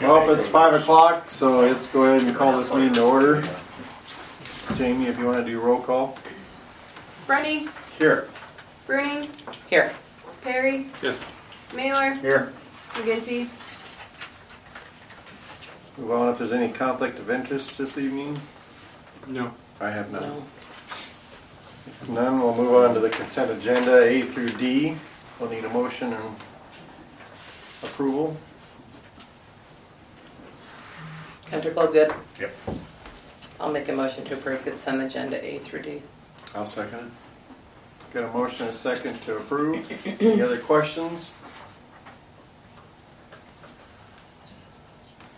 Well, it's five o'clock, so let's go ahead and call this meeting to order. Jamie, if you want to do roll call. Brenny, Here. Bruning, Here. Perry, Yes. Mailer, Here. McGinty. Move on if there's any conflict of interest this evening. No. I have none. None, we'll move on to the consent agenda, A through D. We'll need a motion and approval. Country Club good? Yep. I'll make a motion to approve consent agenda A through D. I'll second it. Got a motion and a second to approve. Any other questions?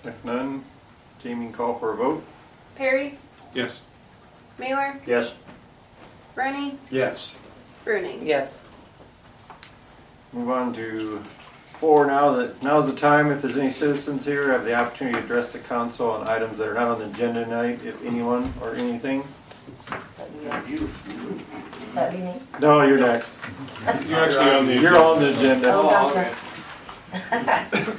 If none, Jamie can call for a vote. Perry, Yes. Mailer, Yes. Brenny, Yes. Bruning. Yes. Move on to four now that, now's the time, if there's any citizens here, have the opportunity to address the council on items that are not on the agenda tonight, if anyone or anything. That'd be neat. No, you're next. You're actually on the. You're on the agenda. Oh, gotcha.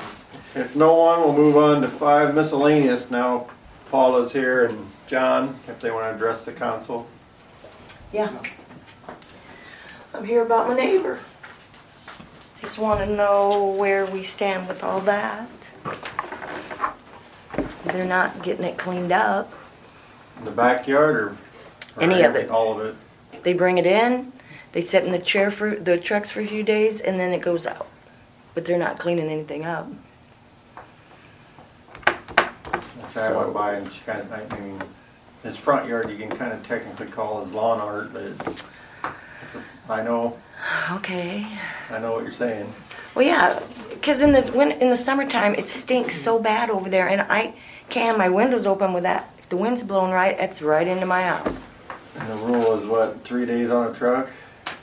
If no one, we'll move on to five miscellaneous. Now Paula's here and John, if they want to address the council. Yeah. I'm here about my neighbor. Just want to know where we stand with all that. They're not getting it cleaned up. In the backyard or? or Any of it. All of it. They bring it in, they sit in the chair for, the trucks for a few days, and then it goes out. But they're not cleaning anything up. That's how I went by and she kind of, I mean, his front yard, you can kind of technically call his lawn art, but it's, it's a, I know, Okay. I know what you're saying. Well, yeah, because in the when in the summertime it stinks so bad over there, and I can my windows open with that. If the wind's blowing right, it's right into my house. And the rule is what, three days on a truck?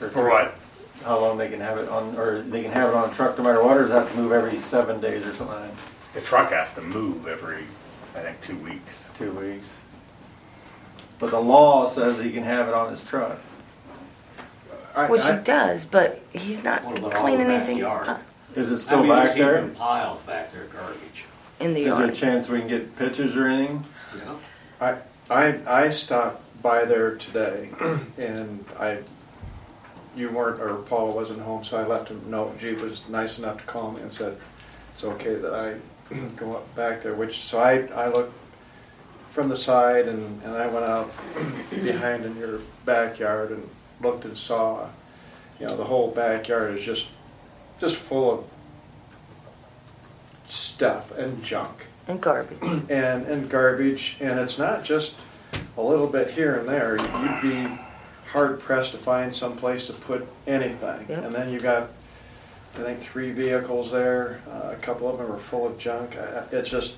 Or what? How long they can have it on, or they can have it on a truck no matter what, or does it have to move every seven days or something like that? The truck has to move every, I think, two weeks. Two weeks. But the law says he can have it on his truck. I- Which he I- does, but he's not What about all cleaning the anything Oh, backyard? up Is it How still many is back there? even Piles back there, garbage. in the Is there a yard. chance we can get pictures or anything? Yeah. I, I, I stopped by there today and I, you weren't, or Paul wasn't home, so I left him a note. Jude was nice enough to call me and said, it's okay that I go up back there, which, so I, I looked from the side and, and I went out behind in your backyard and looked and saw, you know, the whole backyard is just, just full of stuff and junk And garbage. and, and garbage, and it's not just a little bit here and there. You'd be hard pressed to find some place to put anything. Yep. And then you got, I think, three vehicles there. Uh, a couple of them are full of junk. Uh, It's just,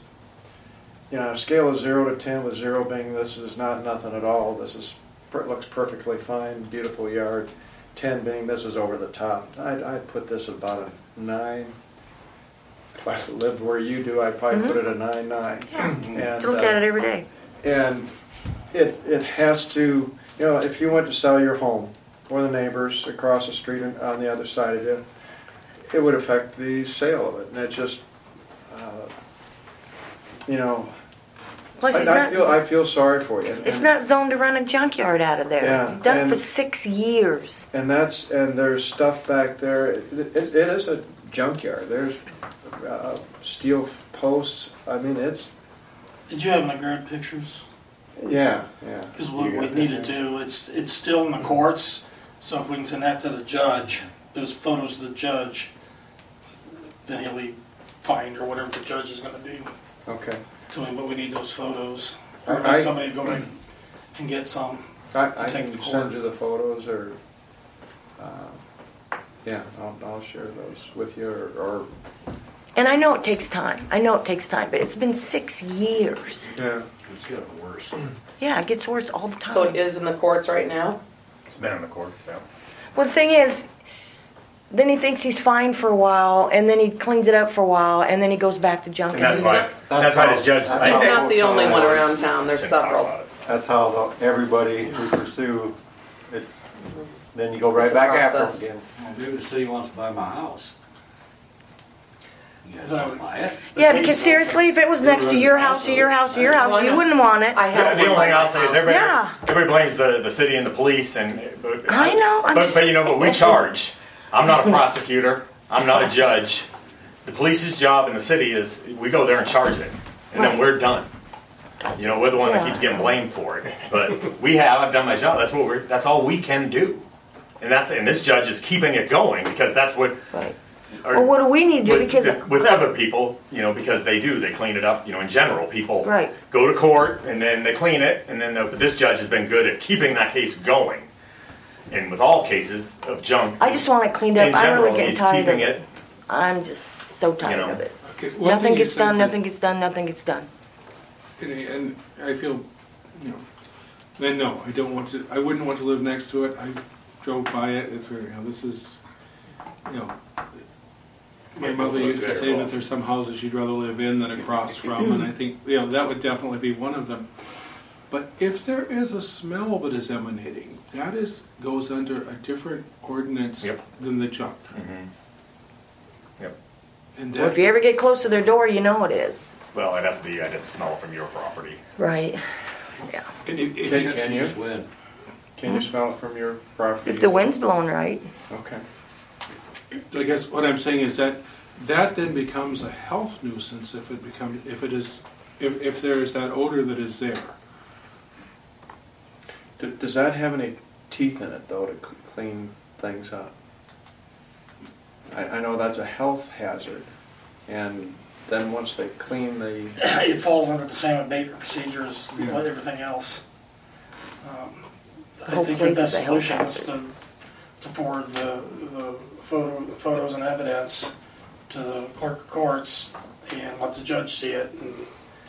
you know, on a scale of zero to ten, with zero being this is not nothing at all. This is per- looks perfectly fine, beautiful yard. Ten being this is over the top. I'd, I'd put this at about a nine. If I lived where you do, I'd probably put it a nine nine. And, Mm-hmm. To look uh, at it every day. and it, it has to, you know, if you went to sell your home, or the neighbors across the street and on the other side of it, it would affect the sale of it, and it's just, uh, you know, Plus, I he's I not. feel, I feel sorry for you. it's and- not zoned to run a junkyard out of there. Yeah, He's done it for and- six years. And that's, and there's stuff back there, it, it it is a junkyard, there's uh, steel posts, I mean, it's, Did you have my grad pictures? yeah, yeah. Because what You we got need to that. do, it's, it's still in the courts, so if we can send that to the judge, those photos to the judge, then he'll be fined or whatever the judge is gonna do Okay. to him, but we need those photos. I- Or I- somebody to go back and get some. I, to I take can to send court. you the photos or, uh, yeah, I'll, I'll share those with you or, or. And I know it takes time. I know it takes time, but it's been six years. Yeah. It's getting worse. Yeah, it gets worse all the time. So it is in the courts right now? It's been in the court, so. Well, the thing is, then he thinks he's fine for a while, and then he cleans it up for a while, and then he goes back to junk. And that's he's why, not- that's why this judge. That's I He's how- think- not the only one around town, there's shouldn't talk several. about it. That's how the- everybody we pursue, it's, then you go right It's a back after process. them again. Dude, the city wants to buy my house. You guys don't buy it? Yeah, because seriously, if it was next to your house, to your house, to your house, you wouldn't want it. I have The one only by thing my I'll say is house. Yeah. everybody, everybody blames the, the city and the police and. but- I know, I'm But, but you know, but we just- charge. I'm not a prosecutor. I'm not a judge. The police's job in the city is, we go there and charge it. And then we're done. You know, we're the one that keeps getting blamed for it. But we have, I've done my job. That's what we're, that's all we can do. And that's, and this judge is keeping it going because that's what. Right. our- Well, what do we need to do? with, Because with other people, you know, because they do, they clean it up. You know, in general, people Right. go to court and then they clean it, and then the, but this judge has been good at keeping that case going. And with all cases of junk, I just want it cleaned in up. I'm general, really getting he's tired of keeping it. I'm just so tired know. of it. Okay, one Nothing thing you gets said done, that- nothing gets done, nothing gets done. And, I- and I feel, you know, then no, I don't want to. I wouldn't want to live next to it. I drove by it. It's you know, this is, you know, my mother used to say that there's some houses she'd rather live in than across from, and I think you know that would definitely be one of them. But if there is a smell that is emanating, that is goes under a different ordinance Yep. than the junk. Mm-hmm. Yep. And Well, that, if you ever get close to their door, you know it is. Well, it has to be. I didn't smell it from your property. Right. Yeah. and if, if Can, can you? Just win. Can you smell it from your property? If the wind's blowing right. Okay. I guess what I'm saying is that that then becomes a health nuisance if it becomes, if it is, if, if there is that odor that is there. D- Does that have any teeth in it though to cl- clean things up? I, I know that's a health hazard, and then once they clean the, It falls under the same abatement procedure as Yeah. everything else. Um, The I whole think the place is best a health solution is to, hazard. to forward the, the photo, photos and evidence to the clerk of courts and let the judge see it. And And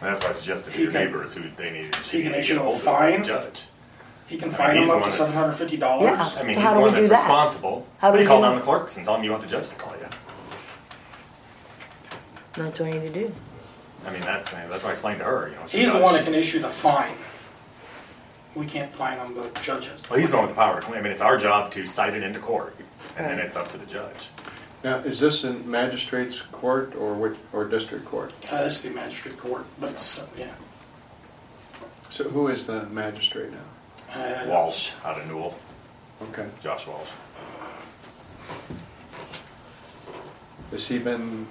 that's why I suggested to He your can- neighbors who they needed to he can get issue a hold of the fine. Judge. He can mean, fine he's him the up to one seven that's- hundred fifty Yeah. dollars. I mean, he's So how the do one we do that's that? responsible. How do they we call do down that? the clerks and tell them you want the judge to call you. That's what I need to do. I mean, that's that's what I explained to her. You know, she He's the does- one that can issue the fine. We can't fine him, the judge has. to. Well, he's the one with the power to claim. I mean, it's our job to cite it into court, and then it's up to the judge. now, is this in magistrate's court or which, or district court? Uh, this would be magistrate court, but it's, yeah. So who is the magistrate now? Uh, Walsh out of Newell, Okay, Josh Walsh. has he been,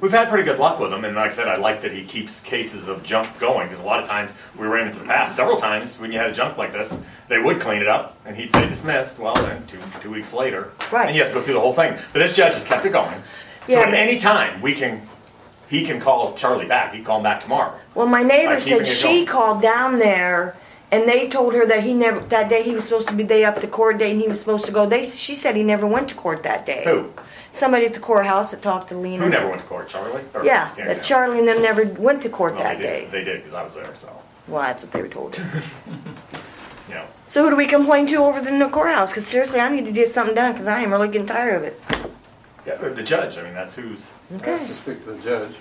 We've had pretty good luck with him, and like I said, I like that he keeps cases of junk going because a lot of times we ran into the past several times when you had a junk like this, they would clean it up and he'd say dismissed. Well, then two two weeks later, Right. and you have to go through the whole thing. But this judge has kept it going, so Yeah. at any time we can, he can call Charlie back. He can call him back tomorrow. Well, my By neighbor keeping it said she going. called down there and they told her that he never, that day he was supposed to be, they up the court date and he was supposed to go. They, she said he never went to court that day. Who? Somebody at the courthouse that talked to Lena. Who never went to court? Charlie? Or Yeah, Karen that Dow? Charlie and them never went to court Well, that they did- day. They did because I was there, so Well, that's what they were told. you know. So who do we complain to over the courthouse? Because seriously, I need to get something done because I am really getting tired of it. Yeah, or the judge. I mean, that's who's. Okay. has to speak to the judge?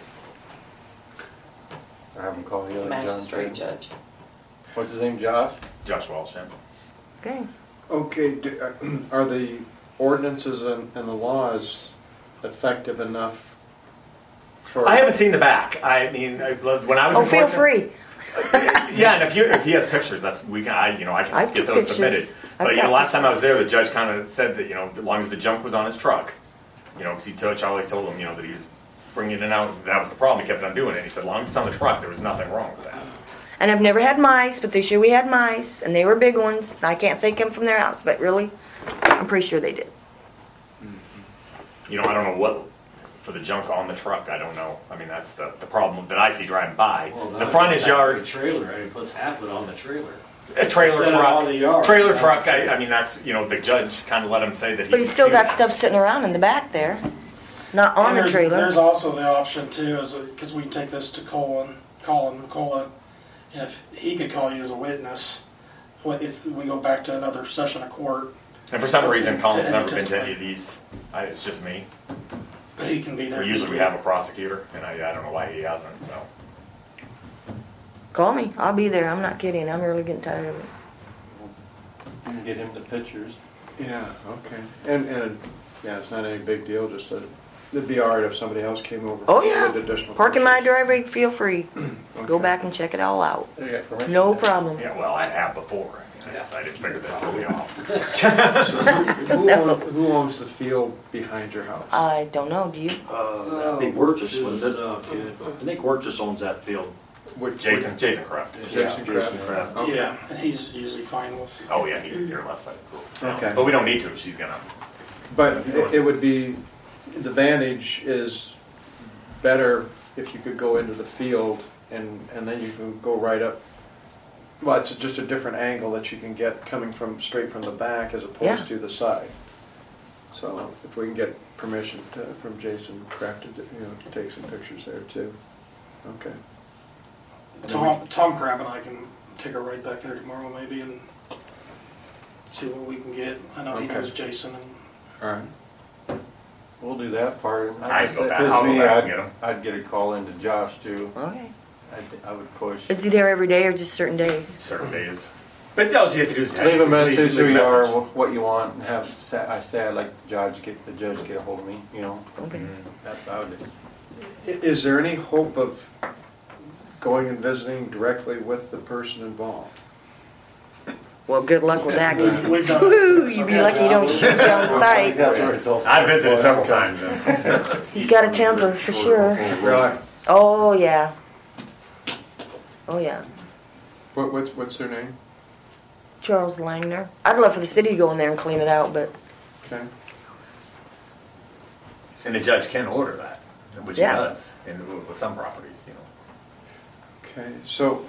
I haven't called the other John Magistrate Craig. judge. What's his name, Josh? Josh Walsh, yeah. Okay. Okay, do- are the ordinances and, and the laws effective enough for? I haven't seen the back. I mean, I loved, when I was. Oh, in feel Portland- free. Yeah, and if you if he has pictures, that's we can. I you know I can I've get got those pictures. submitted. I've But you know, got last time I was there, the judge kind of said that you know, as long as the junk was on his truck, you know, because he told Charlie told him you know that he was bringing it out. That was the problem. He kept on doing it. He said, as long as it's on the truck, there was nothing wrong with that. And I've never had mice, but this year we had mice, and they were big ones. I can't say come from their house, but really, I'm pretty sure they did. You know, I don't know what for the junk on the truck. I don't know. I mean, that's the the problem that I see driving by. Well, the now front it's is back to yard. The trailer, and he puts half of it on the trailer. A trailer Set it truck, on the yard. trailer truck. I, I mean, that's you know the judge kind of let him say that. He, But he's still he got was- stuff sitting around in the back there, not on And the there's- trailer. There's also the option too, is, because we can take this to Colin, Colin McCullough, and if he could call you as a witness, when- if we go back to another session of court, And for some reason, Colin's To never been to testify. any of these. I, it's just me. he can be there. We usually we have a prosecutor, and I, I don't know why he hasn't. So Call me. I'll be there. I'm not kidding. I'm really getting tired of it. You can get him the pictures. Yeah, okay. And, and, yeah, it's not any big deal, just a It'd be all right if somebody else came over. Oh, with yeah. additional Park in my purchases. driveway, feel free. Go Okay. back and check it all out. They got permission. No problem. Yeah, well, I have before. I just- I didn't figure that totally off. So who, who, own, who owns the field behind your house? I don't know, do you? Oh, Uh, I think Wirtjes was it? uh, I think Wirtjes owns that field. Would- would- Jason, Jason Kraft. Jason Kraft. Kraft. Okay. Yeah, and he's usually fine with. Oh, yeah, he- you're less than cool. Okay. But we don't need to, she's gonna. But it, it would be, the vantage is better if you could go into the field and, and then you can go right up. Well, it's just a different angle that you can get coming from, straight from the back as Yeah. opposed to the side. So if we can get permission to, from Jason Kraft to, you know, to take some pictures there too. Okay. Mm-hmm. Tom, Tom Crab and I can take a ride back there tomorrow maybe and see what we can get. I know he Okay. knows Jason and All right. We'll do that part. and I'd guess go if back- it was I'll go me, back and I'd- get 'em. I'd get a call into Josh too. Okay. I'd- I would push. Is he there every day or just certain days? certain days. But it tells you if you do. Leave a message who leave you a are, message. wh- what you want, and have, sa- I say I'd like the judge get, the judge get a hold of me, you know? Okay. That's what I would do. I- Is there any hope of going and visiting directly with the person involved? Well, good luck with that. 'cause- we've done. Woo, you'd be lucky you don't shoot down sight. That's where it's all I started. visited several times. and He's got a temper, for sure. Really? Oh, yeah. Oh, yeah. What, what's, what's their name? Charles Langner. I'd love for the city to go in there and clean it out, but Okay. And the judge can order that, which he Yeah. does, and with with some properties, you know. Okay, so,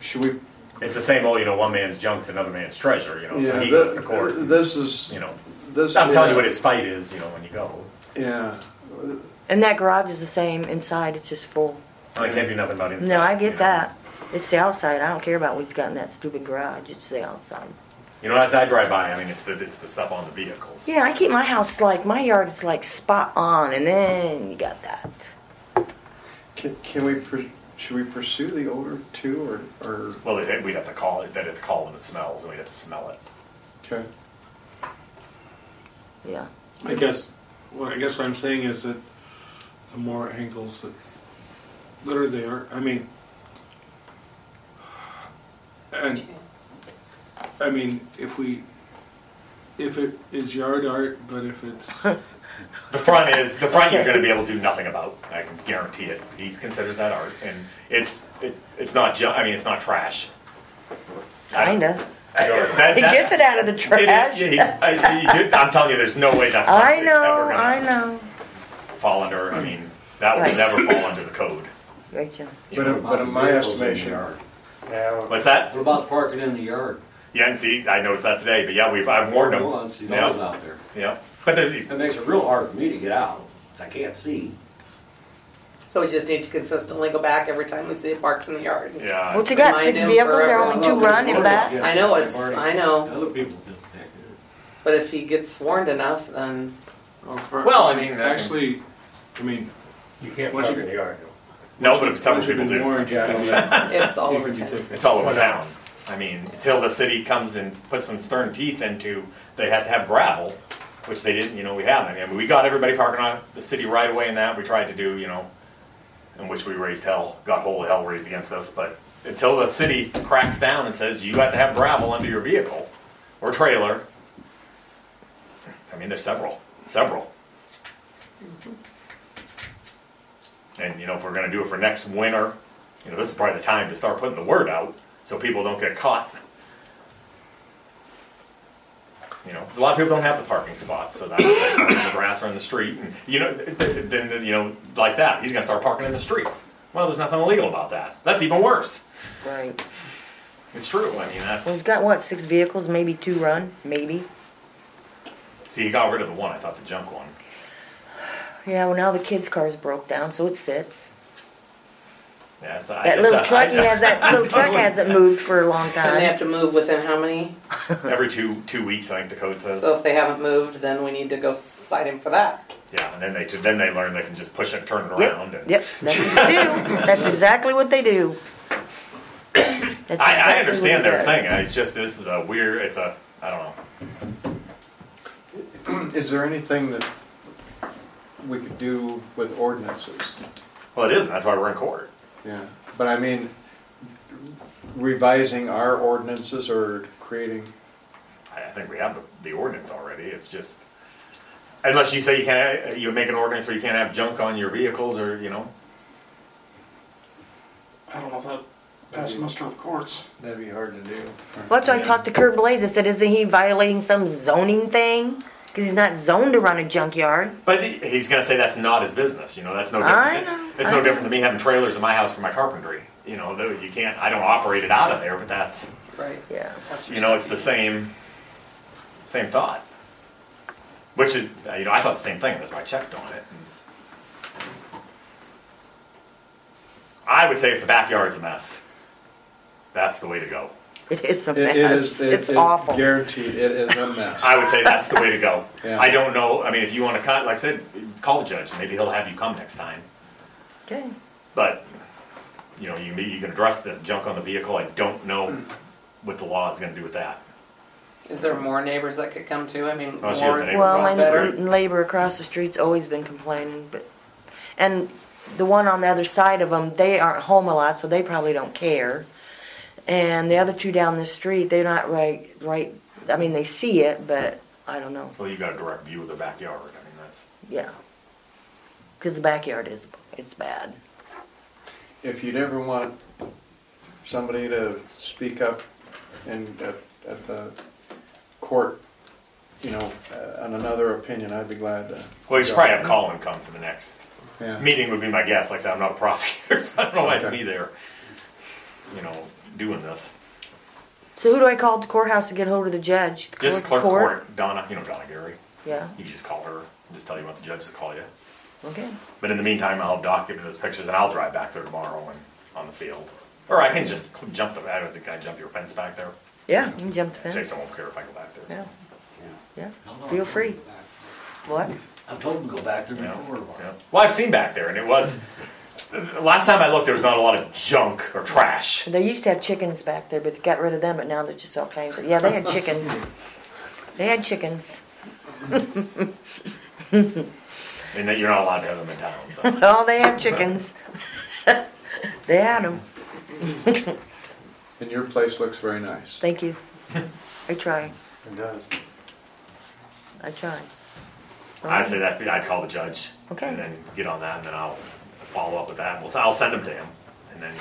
should we? It's the same old, you know, one man's junk's another man's treasure, you know, so he thi- goes to court. and, This is, You know, this. I'm telling you what his fight is, you know, when you go. Yeah, and that garage is the same inside. It's just full. I Oh, can't do nothing about inside. No, I you get know. that. It's the outside. I don't care about what's got in that stupid garage. It's the outside. You know, as I drive by, I mean, it's the, it's the stuff on the vehicles. Yeah, I keep my house like my yard is like spot on, and then you got that. can, can we, pur- should we pursue the odor too, or, or, Well, it- we'd have to call, it. they'd have to call when it smells, and we'd have to smell it. okay? Yeah. I guess, well, I guess what I'm saying is that the more angles that, that are there, I mean, and, I mean, if we, if it is yard art, but if it's, The front is the front. You're going to be able to do nothing about. I can guarantee it. He considers that art, and it's it, it's not. Ju- I mean, it's not trash. Kinda. That, He gets it out of the trash. It, yeah, he- I, you- I'm telling you, there's no way that front I is know. ever gonna I know. fall under. I mean, that will Right. never fall under the code. Rachel. But, in- but in my Vehicles the estimation, yard. Yeah, What's that? What about parking in the yard? Yeah, and see, I noticed that today. But yeah, we've I've warned him. Once, he's always yeah, out there. yeah. But there's It makes it real hard for me to get out, 'cause I can't see. So we just need to consistently go back every time we see it parked in the yard. yeah. What you got? Six Remind him vehicles. There forever. are only two running back. I know, it's, I know, Other people do that. but if he gets warned enough, then Well, I mean, that can- Actually, I mean, You can't Once you- park in the yard. No, but some once you've people been do. warned, you know, it's all you over can be town. taken. It's all over town. I mean, until the city comes and puts some stern teeth into, they had to have gravel, which they didn't, you know, we haven't. I mean, we got everybody parking on the city right away and that, we tried to do, you know, in which we raised hell, got whole hell raised against us, but until the city cracks down and says, you have to have gravel under your vehicle or trailer, I mean, there's several, several. And, you know, if we're gonna do it for next winter, you know, this is probably the time to start putting the word out so people don't get caught. You know, because a lot of people don't have the parking spots, so that's they park in the grass or in the street, and you know, th- th- then then, you know, like that, he's gonna start parking in the street. Well, there's nothing illegal about that. That's even worse. Right. It's true. I mean, Well, he's that's got what? Six vehicles, maybe two run, maybe. see, he got rid of the one. I thought the junk one. Yeah. Well, now the kids' cars broke down, so it sits. Yeah, it's, I, That it's little a- truck, I- he has that little truck hasn't moved for a long And they time. have to move within how many? every two two weeks. I think the code says. So if they haven't moved, then we need to go cite him for that. yeah, and then they then they learn they can just push it, and turn it around, Yep, and yep, that's what they do. That's exactly what they do. That's I, I exactly what understand they their do. thing. It's just this is a weird. It's a I don't know. Is there anything that we could do with ordinances. Well, it is, and that's why we're in court. Yeah. But I mean, revising our ordinances or creating, I I think we have the- the ordinance already, it's just, unless you say you can't, you make an ordinance where you can't have junk on your vehicles or, you know, I don't know if that passed muster with courts. That'd be hard to do. Well, that's why I Yeah. talked to Kurt Blaze. I said, isn't he violating some zoning thing? Because he's not zoned around a junkyard. But he- he's gonna say that's not his business, you know. That's no different. I than- know, It's I no know. different than me having trailers in my house for my carpentry. You know, though you can't. I don't operate it out of there, but that's Right. Yeah. you know, it's the same, same thought. Which is, uh, you know, I thought the same thing. That's why I checked on it. I would say if the backyard's a mess, that's the way to go. It is a it mess. it is, it- it's it- awful. Guaranteed, it is a mess. I would say that's the way to go. Yeah. I don't know. I mean, if you want to cut, like I said, call the judge. Maybe he'll have you come next time. okay. But, you know, you, you can address the junk on the vehicle, I don't know what the law is gonna do with that. Is there more neighbors that could come too? I mean, Oh, she has more. a neighbor Well, my across the neighbor, street. neighbor across the street's always been complaining, but and the one on the other side of them, they aren't home a lot, so they probably don't care. And the other two down the street, they're not right. Right. I mean, they see it, but I don't know. Well, you got a direct view of the backyard, I mean, that's, Yeah. Because the backyard is it's bad. If you'd ever want somebody to speak up in, at, at the court, you know, uh, on another opinion, I'd be glad to. well, you should probably have Colin come to the next Yeah. meeting would be my guess, like I said, I'm not a prosecutor, so I don't know why it's Okay. me there, you know, doing this. So who do I call at the courthouse to get hold of the judge? The Just court- clerk court, Donna, you know Donna Gary, Yeah. you can just call her, just tell you want the judge to call you. Okay. But in the meantime, I'll document those pictures and I'll drive back there tomorrow and, on the field. Or I can just cl- jump the, I was, can I jump your fence back there? Yeah. You can jump the fence. Jason won't care if I go back there. Yeah. so. Yeah. Feel free. What? I've told them to go back there Yeah, before. yeah. Well, I've seen back there, and it was. Last time I looked, there was not a lot of junk or trash. They used to have chickens back there, but they got rid of them. But now they're just all kinds of. Yeah, they had chickens. they had chickens. And that you're not allowed to have them in town. So. Oh, they had chickens. they had them. And your place looks very nice. Thank you. I try. It does. I try. I'd say that I'd call the judge. Okay. And then get on that, and then I'll follow up with that. We'll, I'll send them to him, and then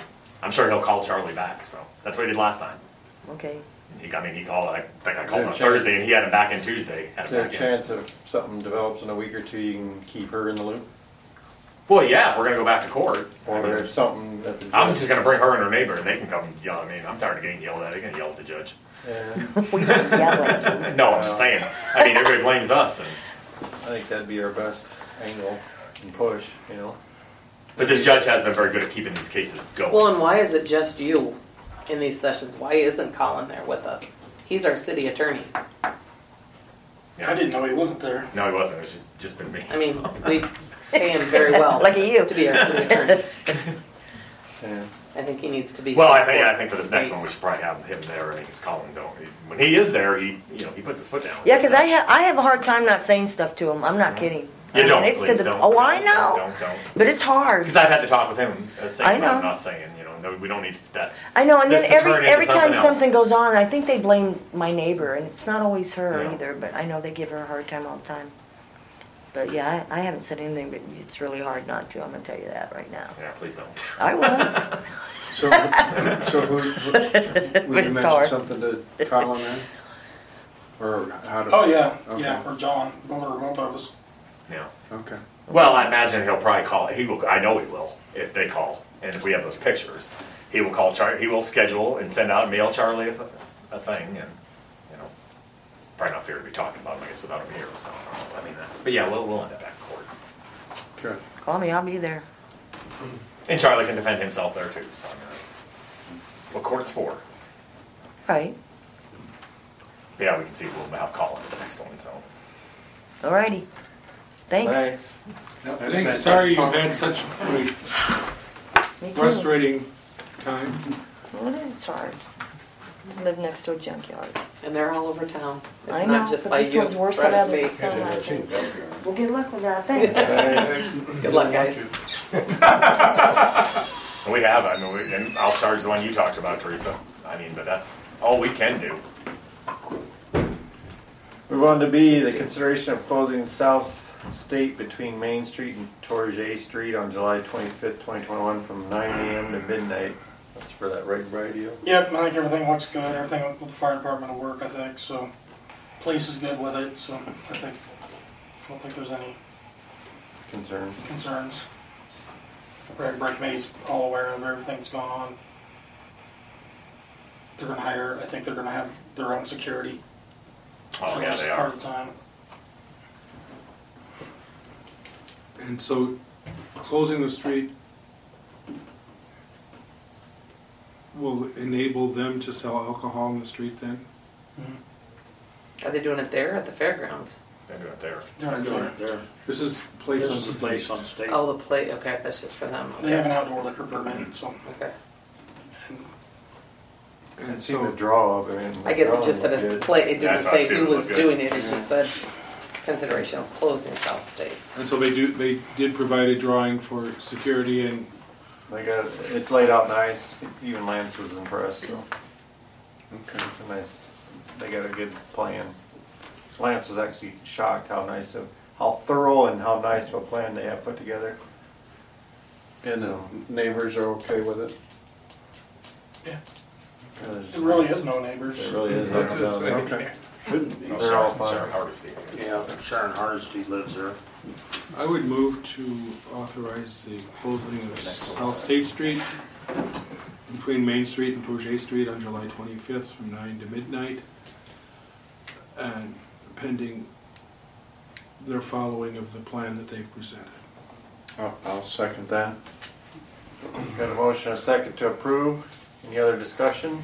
I'm sure he'll call Charlie back. So that's what he did last time. Okay. He, I mean, he called. I think I called him on Is there a Thursday, and he had him back in Tuesday. Had Is him there a back in. chance that if something develops in a week or two, you can keep her in the loop? Well, yeah, if we're gonna go back to court. I Or mean, if something that the judge. I'm just gonna bring her and her neighbor, and they can come yell at me. I'm tired of getting yelled at. They're gonna yell at the judge. Yeah, We can yell at 'em. No, I'm just saying. I mean, everybody blames us, and, I think that'd be our best angle and push, you know? but this judge has been very good at keeping these cases going. Well, and why is it just you in these sessions? Why isn't Colin there with us? He's our city attorney. I didn't know he wasn't there. no, he wasn't. It's just, just been me. I mean, so. we pay him very well. Lucky you. To be our city attorney. Yeah. I think he needs to be. well, I think yeah, I think for this next one, we should probably have him there. I think it's Colin don't. He's, when he is there, he you know he puts his foot down. Yeah, 'cause I have I have a hard time not saying stuff to him. I'm not kidding. I you mean, don't. it's to please the- don't. Oh, I don't, know. Don't don't. But it's hard. Because I've had to talk with him, uh, saying I what I'm know. not saying. You know, no, we don't need that. I know, and This then could every turn into every time something else. something goes on, I think they blame my neighbor, and it's not always her Yeah. either. But I know they give her a hard time all the time. But yeah, I, I haven't said anything, but it's really hard not to. I'm gonna tell you that right now. Yeah, please don't. I was. So, who- so who, who- But would you it's mention hard. something to Colin then? Or how to? Oh, yeah, Okay. yeah, or John, both or both of us. Yeah. Okay. Well, I imagine he'll probably call. He will. I know he will if they call, and if we have those pictures, he will call Charlie. He will schedule and send out a mail Charlie a, a thing, and you know, probably not fair to be talking about him. I guess without him here, so I don't know. I mean, that's. But yeah, we'll we'll end up back in court, Good. Call me, I'll be there. and Charlie can defend himself there too. So I mean, that's what court's for. Right. But yeah, we can see we'll have Colin for the next one. So Alrighty. Thanks. Thanks. Thanks, sorry you had such a Me too. frustrating time. Well, it is, it's hard. To live next to a junkyard. And they're all over town. It's I know, not just but by this you. one's worse than Trust others. me. So I think- Well, good luck with that. Thanks. Good luck, guys. And we have, I mean, we, and I'll charge the one you talked about, Teresa. I mean, but that's all we can do. Move on to B, the consideration of closing South State between Main Street and Torrey Street on July twenty-fifth, twenty twenty-one from nine AM to midnight. That's for that right by deal. Yep, I think everything looks good, everything with the fire department will work, I think, so, police is good with it, so I think, I don't think there's any Concern. concerns. Greg Brinkman's all aware of everything that's going on. They're gonna hire, I think they're gonna have their own security. Oh, yeah, they Part are. of the time. And so, closing the street will enable them to sell alcohol on the street then? Mm-hmm. Are they doing it there or at the fairgrounds? They're doing it there. They're not doing it. There, This is place this on is the place on state. Oh, the plate. Okay, that's just for them. They have an outdoor liquor permit, so. Okay. I And see the so, draw of it. and I guess it drawing just said looked a good. plate. It Yeah, I didn't saw say it too. who It was looked good. doing it. It just said consideration of closing South State. and so they do, they did provide a drawing for security and, They got, it's laid out nice, even Lance was impressed, so. It's a nice, they got a good plan. Lance was actually shocked how nice of, how thorough and how nice of a plan they have put together. And the neighbors are okay with it? Yeah, There's- it really is no neighbors. There really is. no doubt. Okay. Shouldn't be. No, They're all Sharon- fine. Sharon Hardesty. Yeah, Sharon Hardesty lives there. I would move to authorize the closing of South State Street between Main Street and Boucher Street on July 25th from 9 to midnight, and pending their following of the plan that they've presented. I'll, I'll second that. Got a motion, and a second to approve. Any other discussion?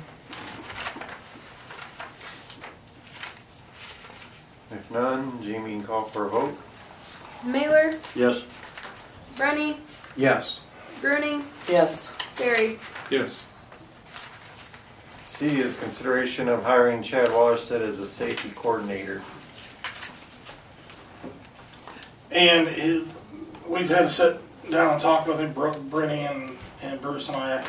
If none, Jamie can call for a vote. Mailer, Yes. Brenny, Yes. Bruning, Yes. Barry. Yes. C is consideration of hiring Chad Wallerstedt as a safety coordinator. And it, we've had to sit down and talk with him, Bro- Brittany and, and Bruce and I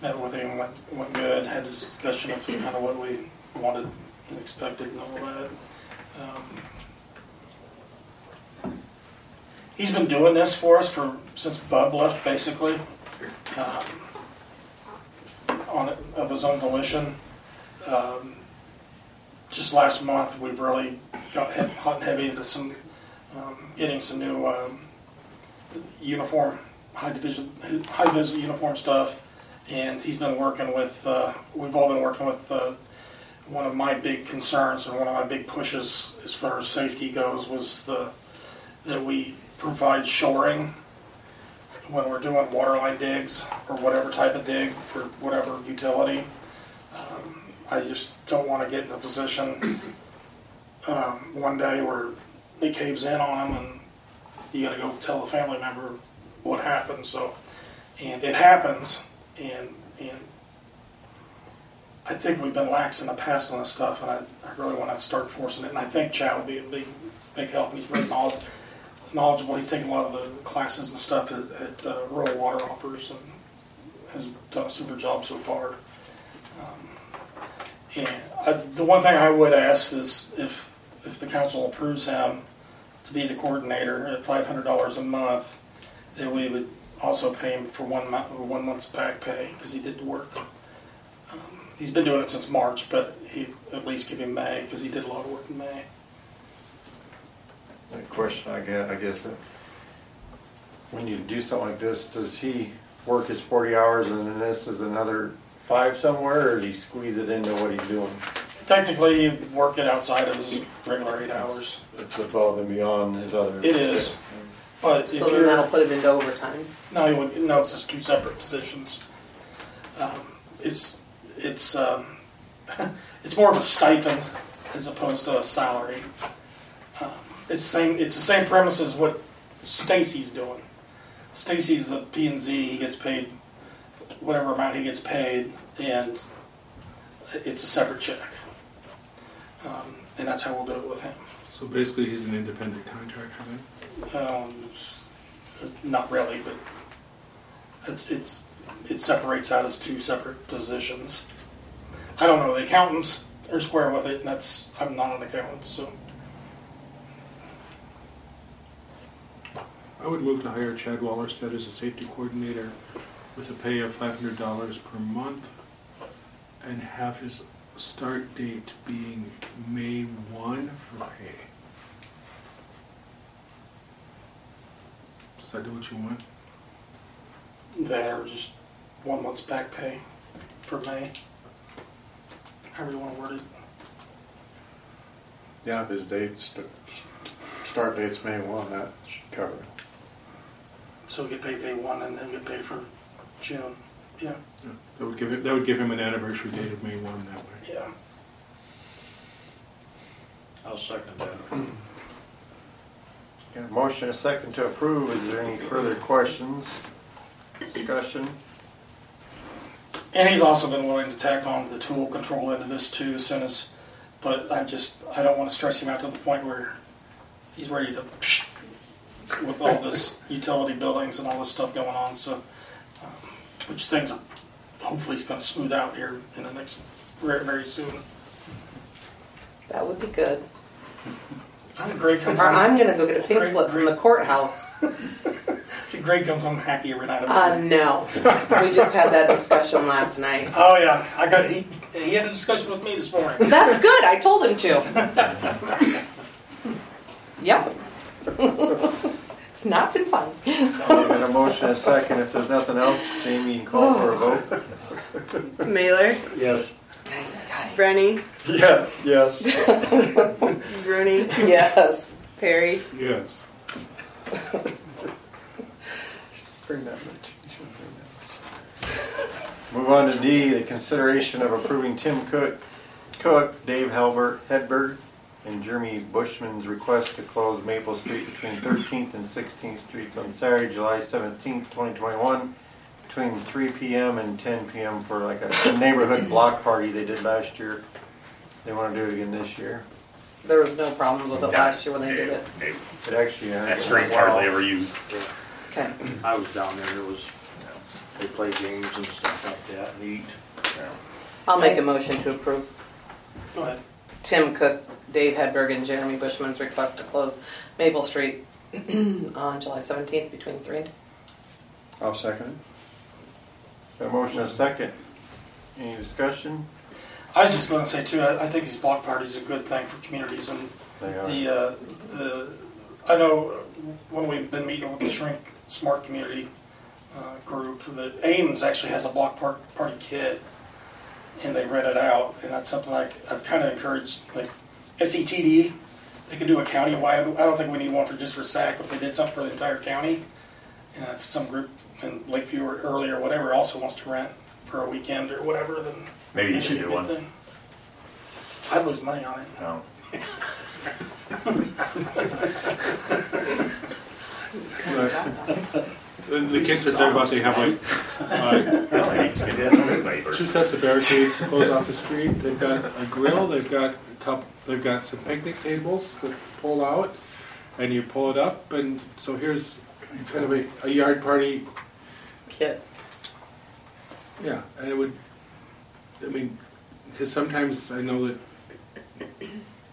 met with him, went, went good, had a discussion of kind of what we wanted and expected and all that. Um, He's been doing this for us for, since Bub left, basically. um, On, of his own volition. Um, Just last month, we really got hit hot and heavy into some um, getting some new um, uniform, high division, high vis uniform stuff, and he's been working with. Uh, we've all been working with. Uh, one of my big concerns and one of my big pushes as far as safety goes was the that we provide shoring when we're doing waterline digs or whatever type of dig for whatever utility. Um, I just don't want to get in a position um, one day where it caves in on them and you got to go tell a family member what happened. So, and it happens, and and I think we've been lax in the past on this stuff, and I, I really want to start forcing it. And I think Chad would be a big big help. He's really knowledge, knowledgeable. He's taken a lot of the classes and stuff at, at uh, Rural Water Offers and has done a super job so far. Um, And I, the one thing I would ask is if, if the council approves him to be the coordinator at five hundred dollars a month, that we would also pay him for one month, one month's back pay, because he did work. Um, He's been doing it since March, but he, at least give him May, because he did a lot of work in May. The question I get, I guess, uh, when you do something like this, does he work his forty hours and then this is another five somewhere, or does he squeeze it into what he's doing? Technically, he'd work it outside of his regular eight hours. It's above and beyond his other. It is, but if So then that'll you're, put him into overtime. no, he would, no, it's just two separate positions. Um, It's, it's, um, it's more of a stipend as opposed to a salary. Um, It's same. It's the same premise as what Stacy's doing. Stacy's the P and Z. He gets paid whatever amount he gets paid, and it's a separate check. Um, and that's how we'll do it with him. So basically, he's an independent contractor then? Um, Not really, but it's, it's, it separates out as two separate positions. I don't know, the accountants are square with it, and that's, I'm not an accountant, so. I would move to hire Chad Wallerstedt as a safety coordinator with a pay of five hundred dollars per month and have his start date being May one for pay. Does that do what you want? That or just one month's back pay for May. However you want to word it. Yeah, if his date's, start date's May one, that should cover it. So he'll get paid day one and then get paid for June. Yeah, Yeah, That would give, it- that would give him an anniversary date of May one that way. yeah. I'll second that. Got a motion, a second to approve. Is there any further questions? Discussion? And he's also been willing to tack on the tool control into this too as soon as, but I just, I don't want to stress him out to the point where he's ready to, with all this utility buildings and all this stuff going on, so, um, which things are, hopefully he's going to smooth out here in the next, very, very soon. That would be good. I think Greg Or comes on, I'm gonna go get a pig slip from the courthouse. see Greg comes on happy every night. Uh, no. We just had that discussion last night. Oh yeah, I got, he, he had a discussion with me this morning. That's good. I told him to. Yep. It's not been fun. We got a motion, a second. If there's nothing else, Jamie, you can call for a vote. Mailer, Yes. Brenny, Yeah, yes. Rooney, Yes. Perry. Yes. Bring that much. Move on to D, the consideration of approving Tim Cook, Cook, Dave Halbert, Hedberg, and Jeremy Bushman's request to close Maple Street between 13th and 16th Streets on Saturday, July 17th, 2021, between 3 PM and 10 PM for like a neighborhood block party they did last year. They want to do it again this year. There was no problems with it last year when they did it. It actually. uh, I That think- street's hardly ever used. Okay. I was down there, it was, you know, they play games and stuff like that, and eat. I'll make a motion to approve Go ahead. Tim Cook, Dave Hedberg, and Jeremy Bushman's request to close Maple Street on July 17th between 3 and I'll second it. Got a motion, a second. Any discussion? I was just going to say too. I, I think these block parties are a good thing for communities, and They are. the uh, the I know uh, when we've been meeting with the Shrink Smart Community uh, group, the Ames actually has a block park party kit, and they rent it out, and that's something I, I've kind of encouraged. Like SETD, they could do a countywide. I don't think we need one for just for SAC, but they did something for the entire county. And if some group in Lakeview or early or whatever also wants to rent for a weekend or whatever, then Maybe you should do one. I'd lose money on it. No. The the kids are talking about they have like, uh, Ladies can do it with neighbors. two sets of barricades to close off the street. They've got a grill, they've got a couple, they've got some picnic tables that pull out, and you pull it up, and so here's kind of a, a yard party, Kit. yeah, and it would, I mean, because sometimes I know that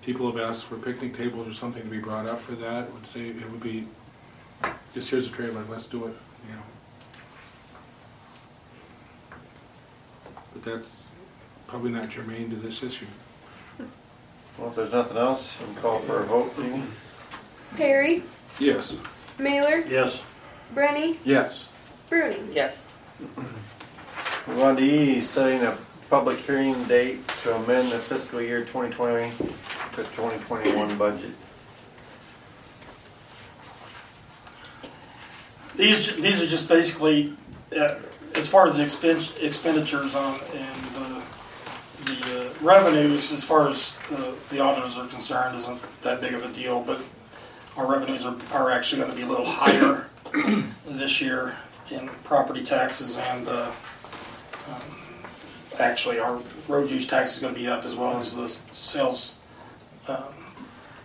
people have asked for picnic tables or something to be brought up for that, It would say, it would be, just here's a trailer, let's do it, you know. But that's probably not germane to this issue. Well, if there's nothing else, we can call for a vote, Jamie. Perry, Yes. Mailer, Yes. Brenny, Yes. Rooney. Yes. Move on to E, setting a public hearing date to amend the fiscal year 2020 to 2021 budget. These, ju- these are just basically, uh, as far as the expen- expenditures on, and the, the uh, revenues, as far as uh, the auditors are concerned, isn't that big of a deal, but our revenues are, are actually gonna be a little higher this year in property taxes and, uh, um, actually, our road use tax is gonna be up as well as the sales, um,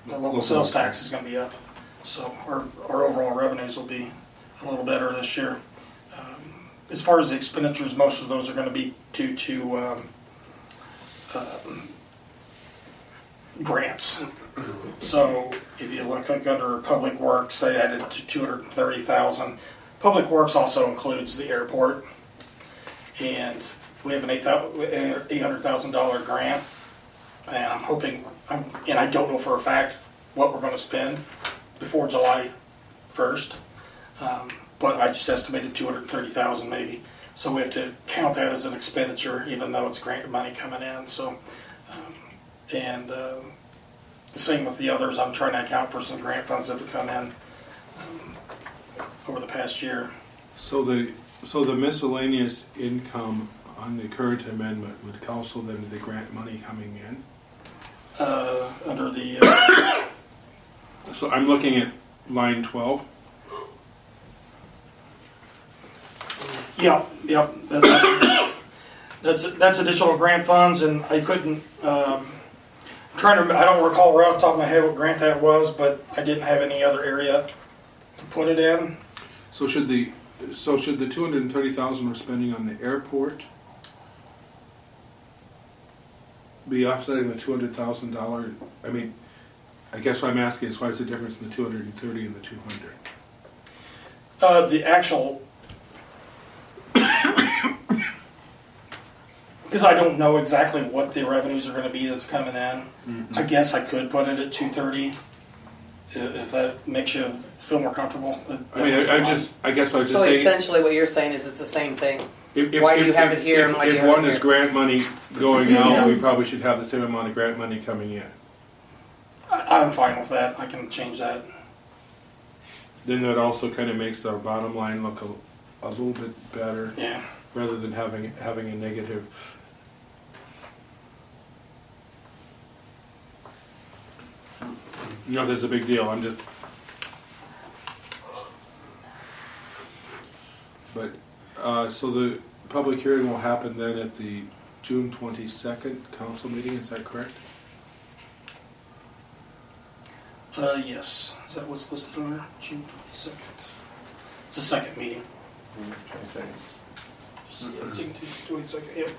the local sales tax is gonna be up. So our, our overall revenues will be a little better this year. Um, As far as the expenditures, most of those are gonna be due to, um, um, grants. So if you look like under Public Works, they added to two hundred and thirty thousand. Public Works also includes the airport. And we have an eight hundred thousand dollar grant. And I'm hoping, I'm- and I don't know for a fact what we're gonna spend before July first. Um, But I just estimated two hundred and thirty thousand maybe. So we have to count that as an expenditure, even though it's grant money coming in, so. um, And uh, the same with the others, I'm trying to account for some grant funds that have come in um, over the past year. So the, so the miscellaneous income on the current amendment would counsel them to the grant money coming in? uh, under the, uh, So I'm looking at line twelve. yep, yep. that- That's, that's additional grant funds, and I couldn't, um, I'm trying to, remem- I don't recall right off the top of my head what grant that was, but I didn't have any other area to put it in. So should the, so should the two hundred and thirty thousand we're spending on the airport be offsetting the two hundred thousand dollar, I mean, I guess what I'm asking is why is the difference in the two hundred and thirty and the two hundred? Uh, the actual, because I don't know exactly what the revenues are going to be that's coming in. I guess I could put it at two thirty, if that makes you feel more comfortable. I mean, I, I just, I guess I was So just saying. essentially, what you're saying is it's the same thing. If, if, Why do if, you have if- it here if- and why do if you have one it is here? grant money going out, we probably should have the same amount of grant money coming in. I- I'm fine with that. I can change that. Then that also kind of makes our bottom line look a, a little bit better, Yeah. rather than having having a negative. You know, if there's a big deal, I'm just. But uh, so the public hearing will happen then at the June twenty second council meeting. Is that correct? Uh, yes. Is that what's listed on there? June twenty second. It's the second meeting. Twenty seconds. Twenty second. Yep.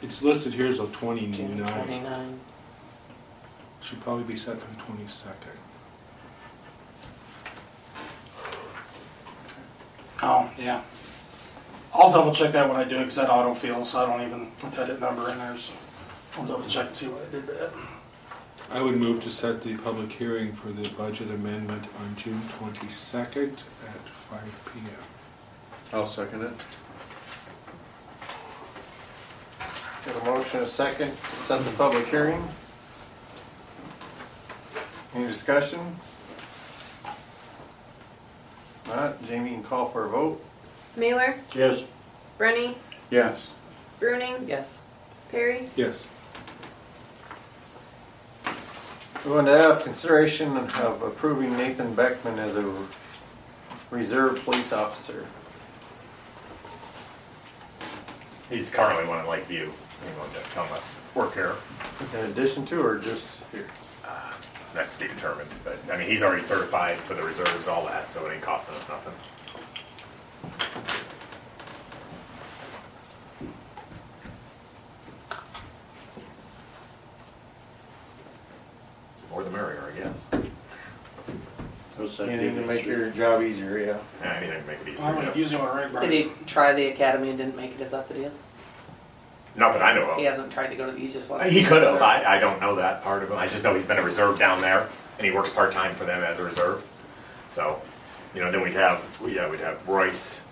It's listed here as a 29. Twenty-nine. Should probably be set for the 22nd. Oh, yeah. I'll double check that when I do it because that auto fills, so I don't even put that number in there. So I'll double check and see why I did that. I would move to set the public hearing for the budget amendment on June 22nd at 5 PM. I'll second it. Got a motion, a second, to set the public hearing. Any discussion? All right, Jamie can call for a vote. Mailer, Yes. Brenny, Yes. Bruning, Yes. Perry. Yes. Going to F, consideration of approving Nathan Beckman as a reserve police officer. He's currently one in Lakeview. He wanted to come up, work here. In addition to or just here? That's to be determined. But I mean, he's already certified for the reserves, all that, so it ain't costing us nothing. More the merrier, I guess. What's that Anything to difference? make your job easier, yeah. Yeah, Anything to make it I'm easier. gonna yeah. use it on right Did he try the academy and didn't make it? Is that the deal? Not that I know He of. hasn't tried to go to the. He just wants. He to- could have. I, I don't know that part of him. I just know he's been a reserve down there, and he works part time for them as a reserve. So, you know, then we'd have yeah, we'd have Royce,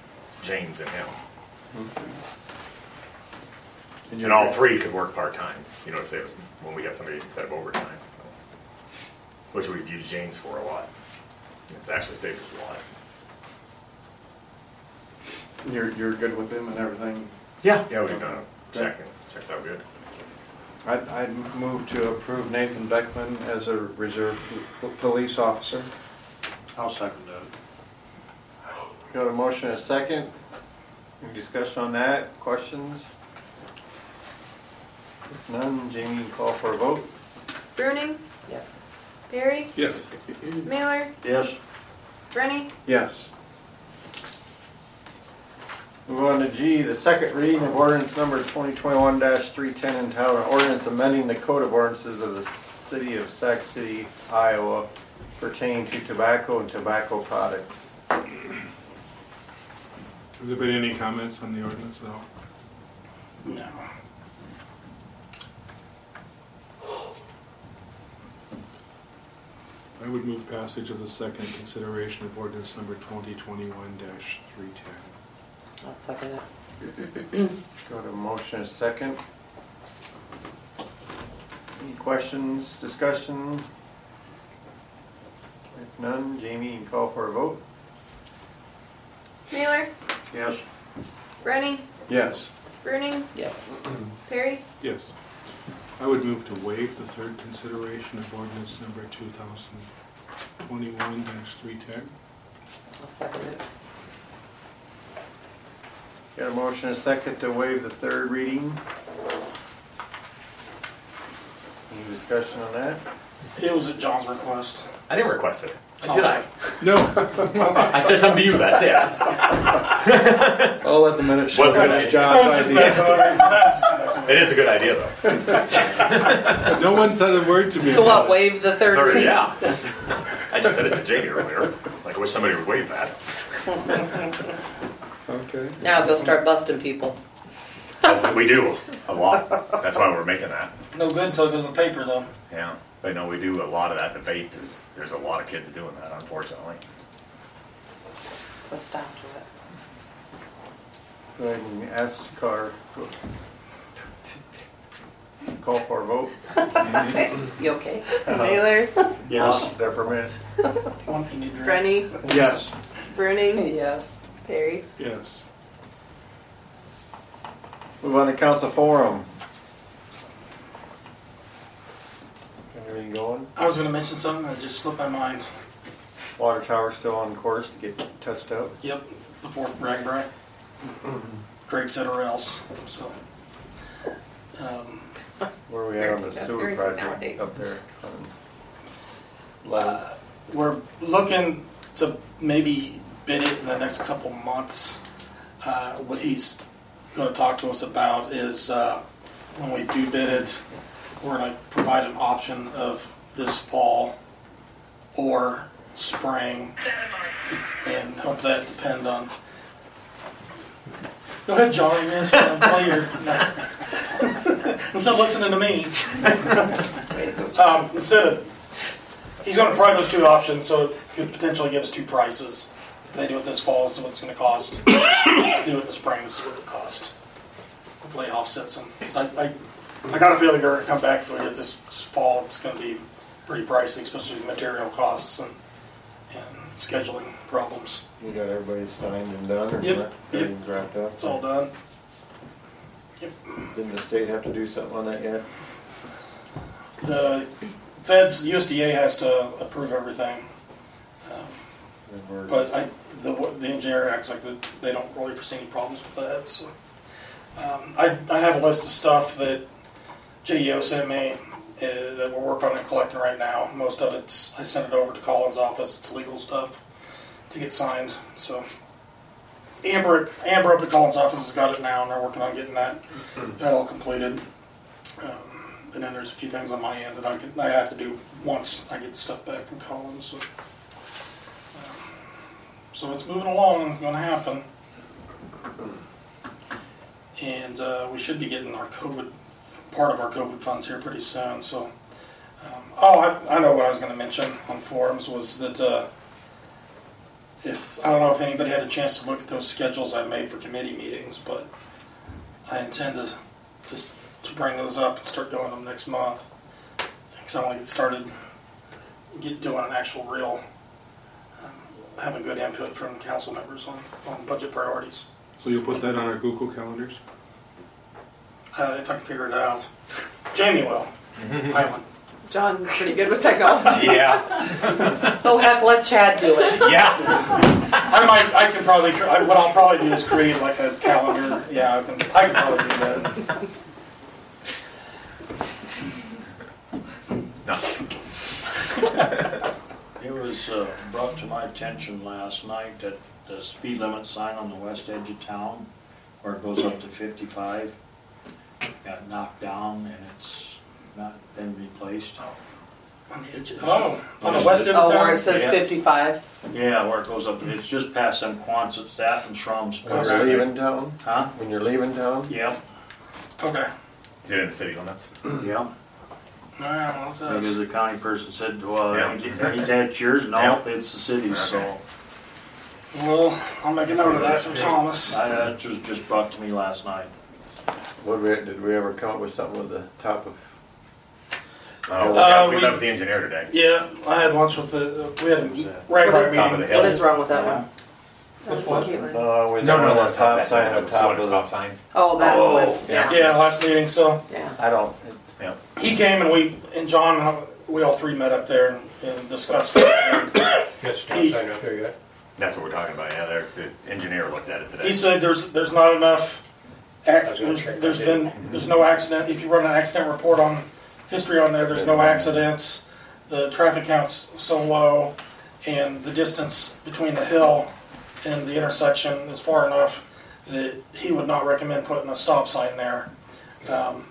James, and him, and all three could work part time. You know, to save us when we have somebody instead of overtime. So, which we've used James for a lot. It's actually saved us a lot. You're, you're good with him and everything? Yeah. Yeah, we've done a check. and Checks out good. I'd, I'd move to approve Nathan Beckman as a reserve po- police officer. I'll second that. Got a motion, a second. Any discussion on that? Questions? If none, Jamie can call for a vote. Bruning, Yes. Barry, Yes. Mailer, Yes. Brenny, Yes. Move on to G, the second reading of ordinance number 2021-310 entitled, "An ordinance amending the code of ordinances of the city of Sac City, Iowa pertaining to tobacco and tobacco products. Has there been any comments on the ordinance at all? No. I would move passage of the second consideration of ordinance number twenty twenty-one three ten. I'll second it. Go to motion a second. Any questions, discussion? If none, Jamie, you can call for a vote. Mailer, Yes. Brenny, Yes. Bruning, Yes. Perry, Yes. I would move to waive the third consideration of ordinance number two thousand twenty-one three ten. I'll second it. Got a motion and a second to waive the third reading. Any discussion on that? It was at John's request. Oh, I didn't request it. Did I? No, I said something to you, that's it. I'll let the minute show. Wasn't That's it? John's Just idea. messing with him. Messing with It him. is a good idea, though. no one said a word to me To about what, it. waive the third Or, reading? yeah. I just said it to Jamie earlier. It's like, I wish somebody would waive that. Okay. Now go start busting people. We do, a lot. That's why we're making that. No good until it goes in the paper, though. Yeah, I know we do a lot of that. The vape is, there's a lot of kids doing that, unfortunately. Let's stop to it. Go ahead and ask Carr. Call for a vote. Uh-huh. You okay? Mailer, Yes. There for a minute. One, you need to- Brenny, Yes. Bruning, Yes. Perry. Yes. Move on to council forum. Got Everything going? I was going to mention something that just slipped my mind. Water tower still on course to get touched up. Yep, before brag brag. Craig said or else. So, um, Where are we at on the They're taking that sewer seriously project nowadays. up there? um, on Level. Uh, we're looking to maybe bid it in the next couple months. Uh, what he's going to talk to us about is uh, when we do bid it, we're going to provide an option of this fall or spring, and help that depend on. Go ahead, Johnny. Yes, play your. Instead of listening to me, um, instead of He's going to provide those two options, so it could potentially give us two prices. If they do it this fall, this is what it's going to cost. do it in the spring, this is what it cost. Hopefully, it offsets them. 'Cause I, I, I got a feeling they're going to come back if we get this fall. It's going to be pretty pricey, especially with material costs and, and scheduling problems. You got everybody signed and done or Yep, not? yep. everything's wrapped up? It's all done. Didn't the state have to do something on that yet? The feds, USDA has to approve everything, Um, And we're- but I, the, the engineer acts like that they don't really foresee any problems with that. So. Um, I, I have a list of stuff that JEO sent me uh, that we're working on and collecting right now. Most of it's, I sent it over to Colin's office. It's legal stuff to get signed. So Amber, Amber up at Colin's office has got it now, and they're working on getting that, that all completed. Um, and then there's a few things on my end that I, can, I have to do once I get the stuff back from Colin. So, um, so it's moving along. It's going to happen. And uh, we should be getting our COVID, part of our COVID funds here pretty soon, so. um, Oh, I, I know what I was gonna mention on forums was that, uh, if, I don't know if anybody had a chance to look at those schedules I made for committee meetings, but I intend to, just to bring those up and start doing them next month. Because I wanna get started, get doing an actual real, um, having good input from council members on, on budget priorities. So you'll put that on our Google calendars? Uh, if I can figure it out. Jamie will. Mm-hmm. I will. John's pretty good with technology. Yeah, Oh heck, let Chad do it. yeah. I might. I can probably. I, what I'll probably do is create like a calendar. Yeah, I can. I can probably do that. Nice. It was uh, brought to my attention last night that the speed limit sign on the west edge of town, where it goes up to fifty-five, got knocked down and it's not been replaced. Oh, on the west end of Oh, where it town? says Yeah. fifty-five? Yeah, where it goes up, it's just past them Quonset staff and Schromm's. When you're leaving town, Huh? when you're leaving town, Yep, Okay. Is it in the city limits? yep. All right, well, it's us. Because the county person said, well, Yeah. ain't ain't that yours? No, it's the city's, so. Okay. Well, I'll make a note of that from Thomas. I, uh, that was just brought to me last night. what we, did we ever come up with something with the top of Oh, we, got, Uh, we we- met with the engineer today. Yeah, I had lunch with the, uh, we had uh, a regular Top of meeting. the hill. What is wrong with that one? With what? No, with No, no, the that's not stop that. sign That on was top a of stop the, sign. Oh, that's Oh, what, yeah, Yeah, last meeting, so yeah. I don't, Yeah. he came and we, and John, we all three met up there and- and discussed it. That's And he- not there yet. That's what we're talking about. Yeah, they're- the engineer looked at it today. He said there's, there's not enough, ac- there's, there's been, there's no accident, if you run an accident report on, history on there, there's no accidents, the traffic count's so low, and the distance between the hill and the intersection is far enough that he would not recommend putting a stop sign there. Um,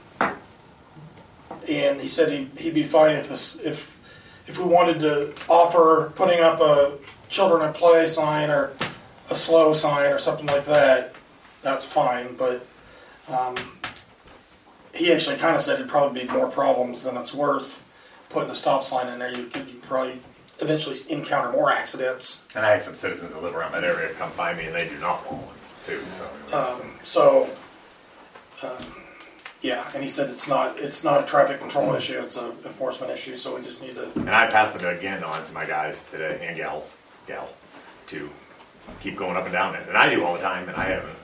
And he said he, he'd be fine if this, if, if we wanted to offer putting up a children at play sign or a slow sign or something like that, that's fine, but, um, he actually kind of said it'd probably be more problems than it's worth putting a stop sign in there. You could you'd probably eventually encounter more accidents. And I had some citizens that live around that area come by me, and they do not want one too. So Um, so, um, yeah, and he said it's not it's not a traffic control issue; it's a enforcement issue. So we just need to. Hmm. And I passed it again on to my guys today and gals, gal, to keep going up and down it. And I do all the time, and I haven't.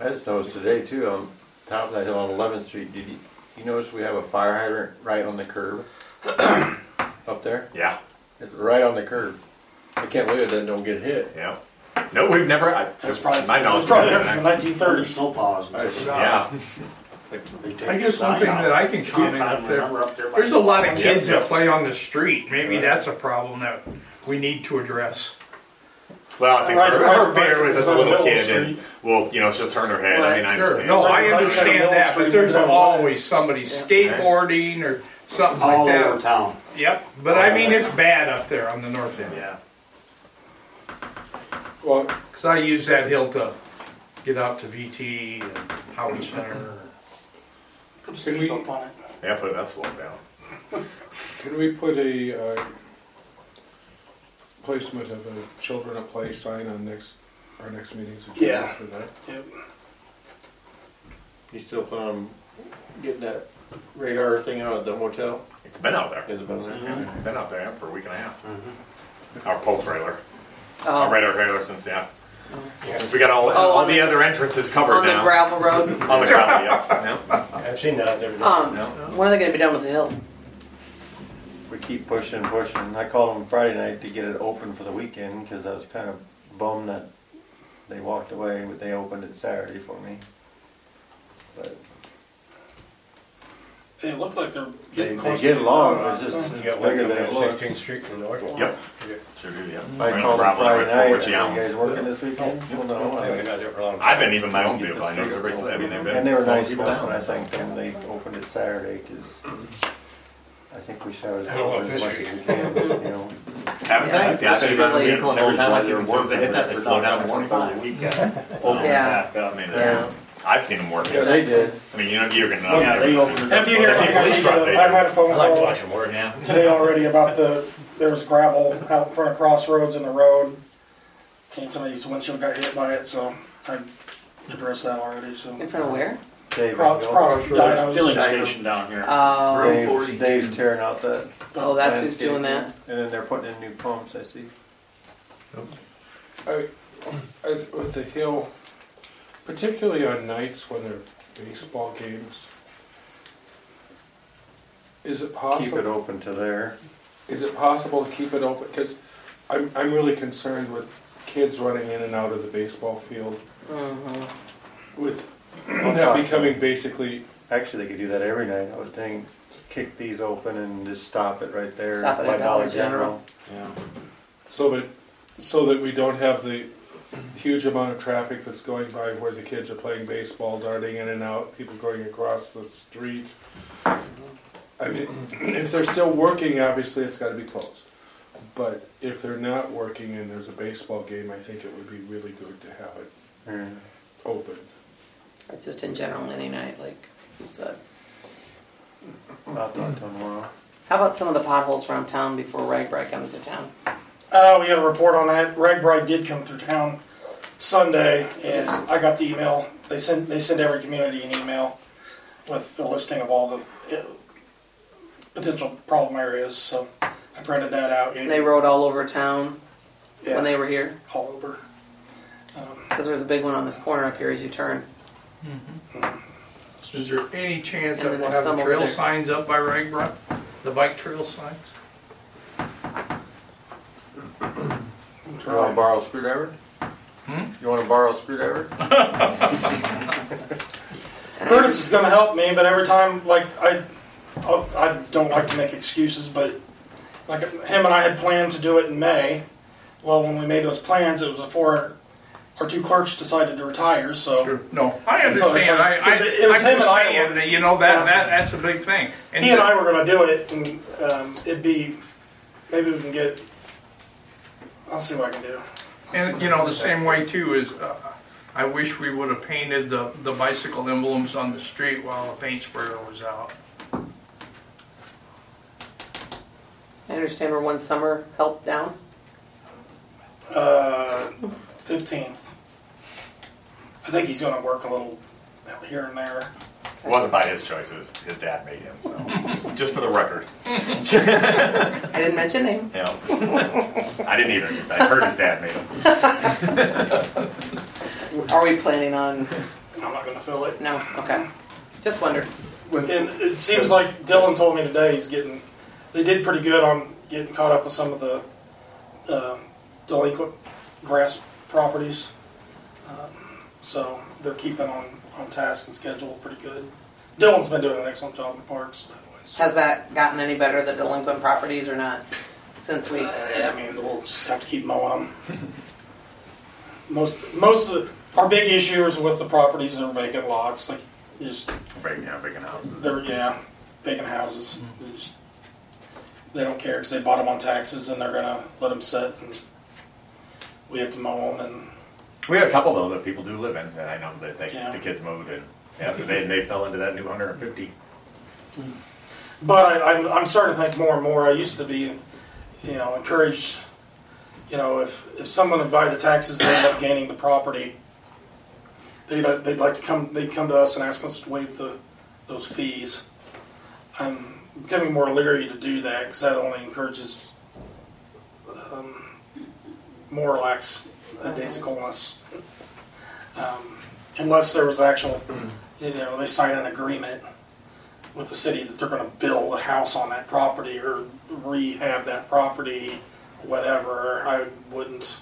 I just noticed today too, on top of that hill on Eleventh Street, did you, you notice we have a fire hydrant right on the curb? Up there, Yeah, it's right on the curb. I can't believe it didn't, don't get hit. yeah. No, we've never. I, That's to probably my knowledge, it's probably there we've from the never- 1930s. So positive. yeah. I guess one thing that I can comment up there, there's a lot of kids that play on the street. Maybe that's a problem that we need to address. Well, I think Right, her, right, her fear was bicycles as a on little Middle kid, and Street. well, you know, she'll turn her head. I mean, I Sure, understand. no, I Everybody's got a understand Middle that, Street but there's down the always somebody skateboarding or something All like over that. town. Yep, but I mean, it's bad up there on the north end. Yeah. Well, Because I use that hill to get out to VT and Howard Center. Put a Can speed we- bump on it. Yeah, put that slope down. Can we put a uh, placement of a children at play sign on next, our next meeting's agenda Yeah. for that? Yep. You still plan on getting that radar thing out of the hotel? It's been out there. Has it been there? It's been out there for a week and a half. Mm-hmm. Our pole trailer, Oh. our radar trailer, since yeah, Mm-hmm. since we got all Oh, all on the the- other entrances covered On the now. gravel road, On the ground, yeah. I've seen that out there. um, when are they gonna be done with the hill? We keep pushing, pushing. I called them Friday night to get it open for the weekend, cause I was kind of bummed that they walked away, but they opened it Saturday for me. But They look like they're They, getting they close. get to- along, it's just Uh, it's bigger than it looks. Street from north. Yep. Sure do, yeah. I Right on called the him gravel road Friday for night, I Richie said, you Allen's. guys working this weekend? Well, no. I- I've been even my own vehicle. I know everybody. I mean, they've been And they were slowing nice people ones, down. and I thanked them, they opened it Saturday, cause I think we should I don't want have as much as we can, you know. Haven't Yeah, they? See, I've been in my own really- vehicle, and every time I see them, as soon as they hit that, they slow down to Twenty-five twenty-five. weekend. Yeah. I mean, Yeah. they're- I've seen them work. Yeah, they did. I mean, you know, you're gonna. Yeah, they opened it up. If you hear, That's I a police truck, baby. I had a phone call them work. Yeah. today already about the, there was gravel out in front of crossroads in the road, and somebody's windshield got hit by it, so I addressed that already, so. In front of where? Dave, Cross, cross, Filling dinos, station down here. Oh, Dave, Dave's tearing out that, oh, that's who's doing that? and then they're putting in new pumps, I see. I, as- with the hill, particularly on nights when there are baseball games, is it Keep it possible, open to there. is it possible to keep it open? Because I'm, I'm really concerned with kids running in and out of the baseball field Mhm. with talk that to becoming them. basically Actually, they could do that every night, I would think. kick these open and just stop it right there. Stop it at by Dollar General. yeah. So that, so that we don't have the huge amount of traffic that's going by where the kids are playing baseball, darting in and out, people going across the street. I mean, if they're still working, obviously it's gotta be closed. But if they're not working and there's a baseball game, I think it would be really good to have it Yeah. open. Or just in general, any night, like you said. I'll talk to him tomorrow. How about some of the potholes around town before Rag Bri comes to town? Uh, we got a report on that. Ragbri did come through town Sunday, and I got the email. They send they send every community an email with the listing of all the uh, potential problem areas. So I printed that out and They rode all over town yeah, when they were here all over. Um, because there was a big one on this corner up here as you turn. Mm. Is there any chance And that then we'll there's have some the over trail there. signs up by Ragbrook? The bike trail signs? You wanna borrow a screwdriver? Hmm? You wanna borrow a screwdriver? Curtis is going to help me, but every time, like I, oh, I don't like to make excuses, but like him and I had planned to do it in May. Well, when we made those plans, it was before our two clerks decided to retire. So No, I And so it's understand, I, like- I, 'cause it was I'm him and just I saying were- that, you know, that, Yeah. that, that's a big thing. he and I were going to do it, and um, it'd be maybe we can get. I'll see what I can do. And, you know, the same way too is, uh, I wish we would have painted the, the bicycle emblems on the street while the paint sprayer was out. I understand we're one summer helped down. Uh, Fifteenth. I think he's going to work a little here and there. It wasn't by his choice, it was his dad made him, so, just- just for the record. I didn't mention names. You know, I didn't either, just I heard his dad made him. Are we planning on? I'm not going to fill it. No. Okay. Just wondered. With- And it seems like Dylan told me today he's getting, they did pretty good on getting caught up with some of the um, delinquent grass properties. Um, So they're keeping on, on task and schedule pretty good. Dylan's been doing an excellent job in parks, by the way. so- Has that gotten any better, the delinquent properties or not, since we? Uh, I mean, we'll just have to keep mowing them. Most, most of the, our big issue is with the properties that are vacant lots, like, you just Breaking, yeah, breaking houses. They're, yeah, vacant houses. They just- They don't care because they bought them on taxes and they're gonna let them sit and we have to mow them and, We had a couple though that people do live in, and I know that they, Yeah. the kids moved and, yeah, so they, they fell into that new hundred and fifty. Hmm. but I, I'm, I'm starting to think more and more. I used to be, you know, encouraged, you know, if, if someone would buy the taxes, they end up gaining the property. They'd, they'd like to come, they'd come to us and ask us to waive the, those fees. I'm becoming more leery to do that because that only encourages um, more lax daisicalness. Um, unless there was actual, you know, they sign an agreement with the city that they're going to build a house on that property or rehab that property, whatever. I wouldn't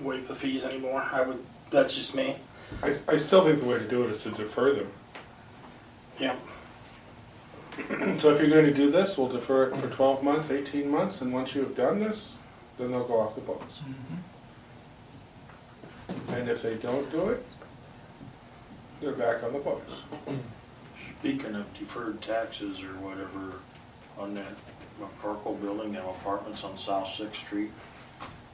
waive the fees anymore. I would. That's just me. I, I still think the way to do it is to defer them. Yeah. So if you're going to do this, we'll defer it for 12 months, 18 months, and once you have done this, then they'll go off the books. And if they don't do it, they're back on the books. Speaking of deferred taxes or whatever, on that McCorkle building, them apartments on South Sixth Street,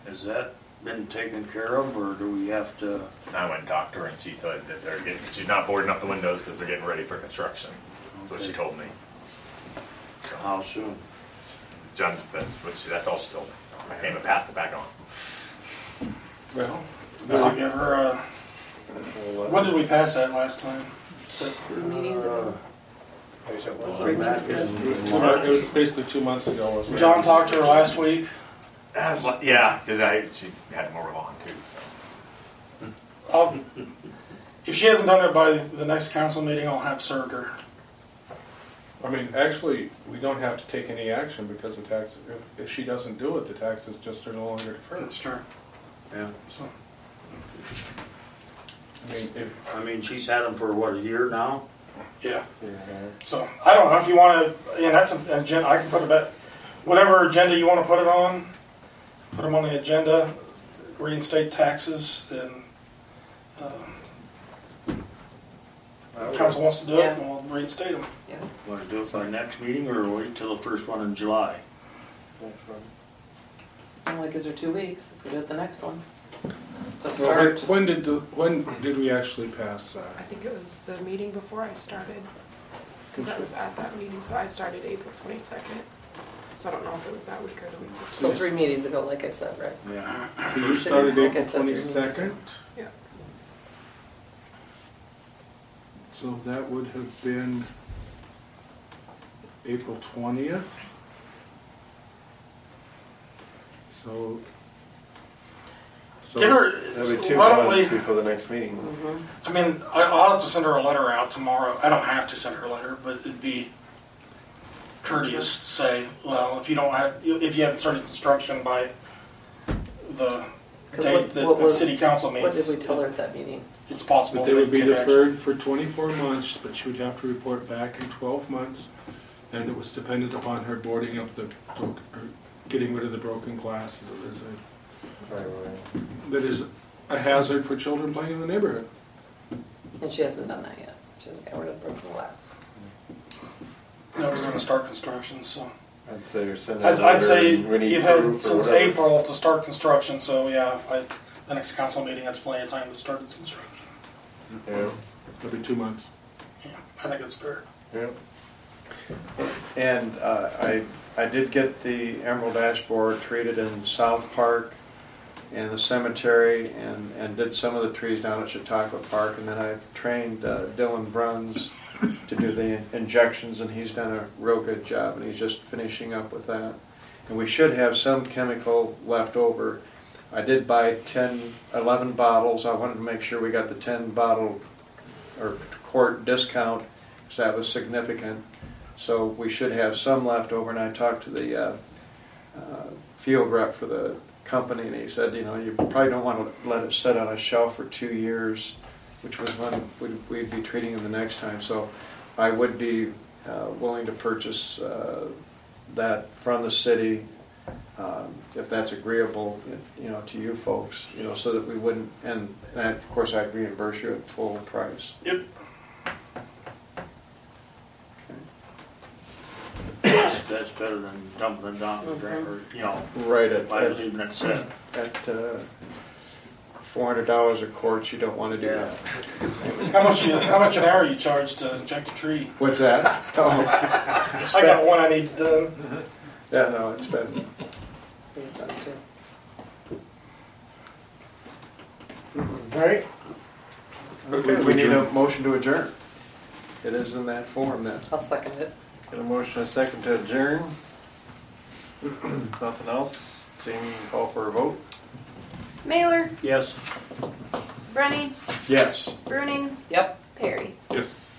has that been taken care of, or do we have to? And I went and talked to her and she said that they're getting, she's not boarding up the windows because they're getting ready for construction. That's what she told me. How soon? John, that's what she, that's all she told me. So I came and passed it back on. Well, Did we give her uh, a, when did we pass that last time? Meetings are- two mon- it was basically two months ago. wasn't it? John talked to her last week. I was like, yeah, because I, she had more lawn too, so. I'll, Uh, if she hasn't done it by the next council meeting, I'll have served her. I mean, actually, we don't have to take any action because the tax, if- if she doesn't do it, the taxes just are no longer deferred. That's true. Yeah. So, I mean, if, I mean, she's had them for what, a year now? Yeah. Mm-hmm. So I don't know if you want to, and that's an agenda, I can put it back, whatever agenda you want to put it on, put them on the agenda, reinstate taxes and, um, council wants to do it, and we'll reinstate them. Want to do it by next meeting or wait till the first one in July? Only gives her two weeks if we do it the next one. To Well, when- start. When did, the- when did we actually pass I that? think it was the meeting before I started, because I was at that meeting, so I started April twenty-second. So I don't know if it was that week or the week before. So three meetings ago, like I said, right? Yeah. So you started Like I April said, three meetings ago. twenty-second? Yeah. So that would have been April twentieth? So. so- Give her, That'd be two why don't months we- Mm-hmm. before the next meeting. I mean, I- I'll have to send her a letter out tomorrow. I don't have to send her a letter, but it'd be courteous to say, well, if you don't have, if you haven't started construction by the 'Cause date what- that what the was- city council What did meets, we tell her at that meeting? it's possible. But they would be could actually- deferred for twenty-four months, but she would have to report back in twelve months. And it was dependent upon her boarding up the, broke- or getting rid of the broken glass that is a, that is a hazard for children playing in the neighborhood. And she hasn't done that yet. She hasn't got rid of broken glass. No, was going to start construction, so. I'd say you're sending. I'd, a I'd letter say and we need you've had proof or since whatever. April to start construction, so yeah, by the next council meeting, that's plenty of time to start the construction. Yeah, Every two months. Yeah, I think it's fair. yeah. And uh, I, I did get the Emerald Ash Borer treated in South Park and the cemetery and, and did some of the trees down at Chautauqua Park. And then I trained uh, Dylan Bruns to do the injections and he's done a real good job and he's just finishing up with that. And we should have some chemical left over. I did buy 10, 11 bottles. I wanted to make sure we got the 10 bottle or quart discount because that was significant. So we should have some left over. And I talked to the uh, uh, field rep for the company, and he said, you know, you probably don't want to let it sit on a shelf for two years, which was when we'd, we'd be treating them the next time. So I would be uh, willing to purchase uh, that from the city. Um, if that's agreeable, you know, to you folks, you know, so that we wouldn't, and, and of course I'd reimburse you at full price. Yep. That's better than dumping it down the Mm-hmm. drain or, you know, Right at, by at, leaving it set. at uh, four hundred dollars a quart, you don't want to do Yeah. that. How much you, how much an hour you charge to inject a tree? What's that? Oh, I got one I need done. yeah, no, it's been. We had some too. All right. Okay, Okay, we need a motion to adjourn. It is in that form then. I'll second it. Got a motion, a second to adjourn. Nothing else? Jamie, call for a vote? Mailer, Yes. Brenny, Yes. Bruning, Yep. Perry. Yes.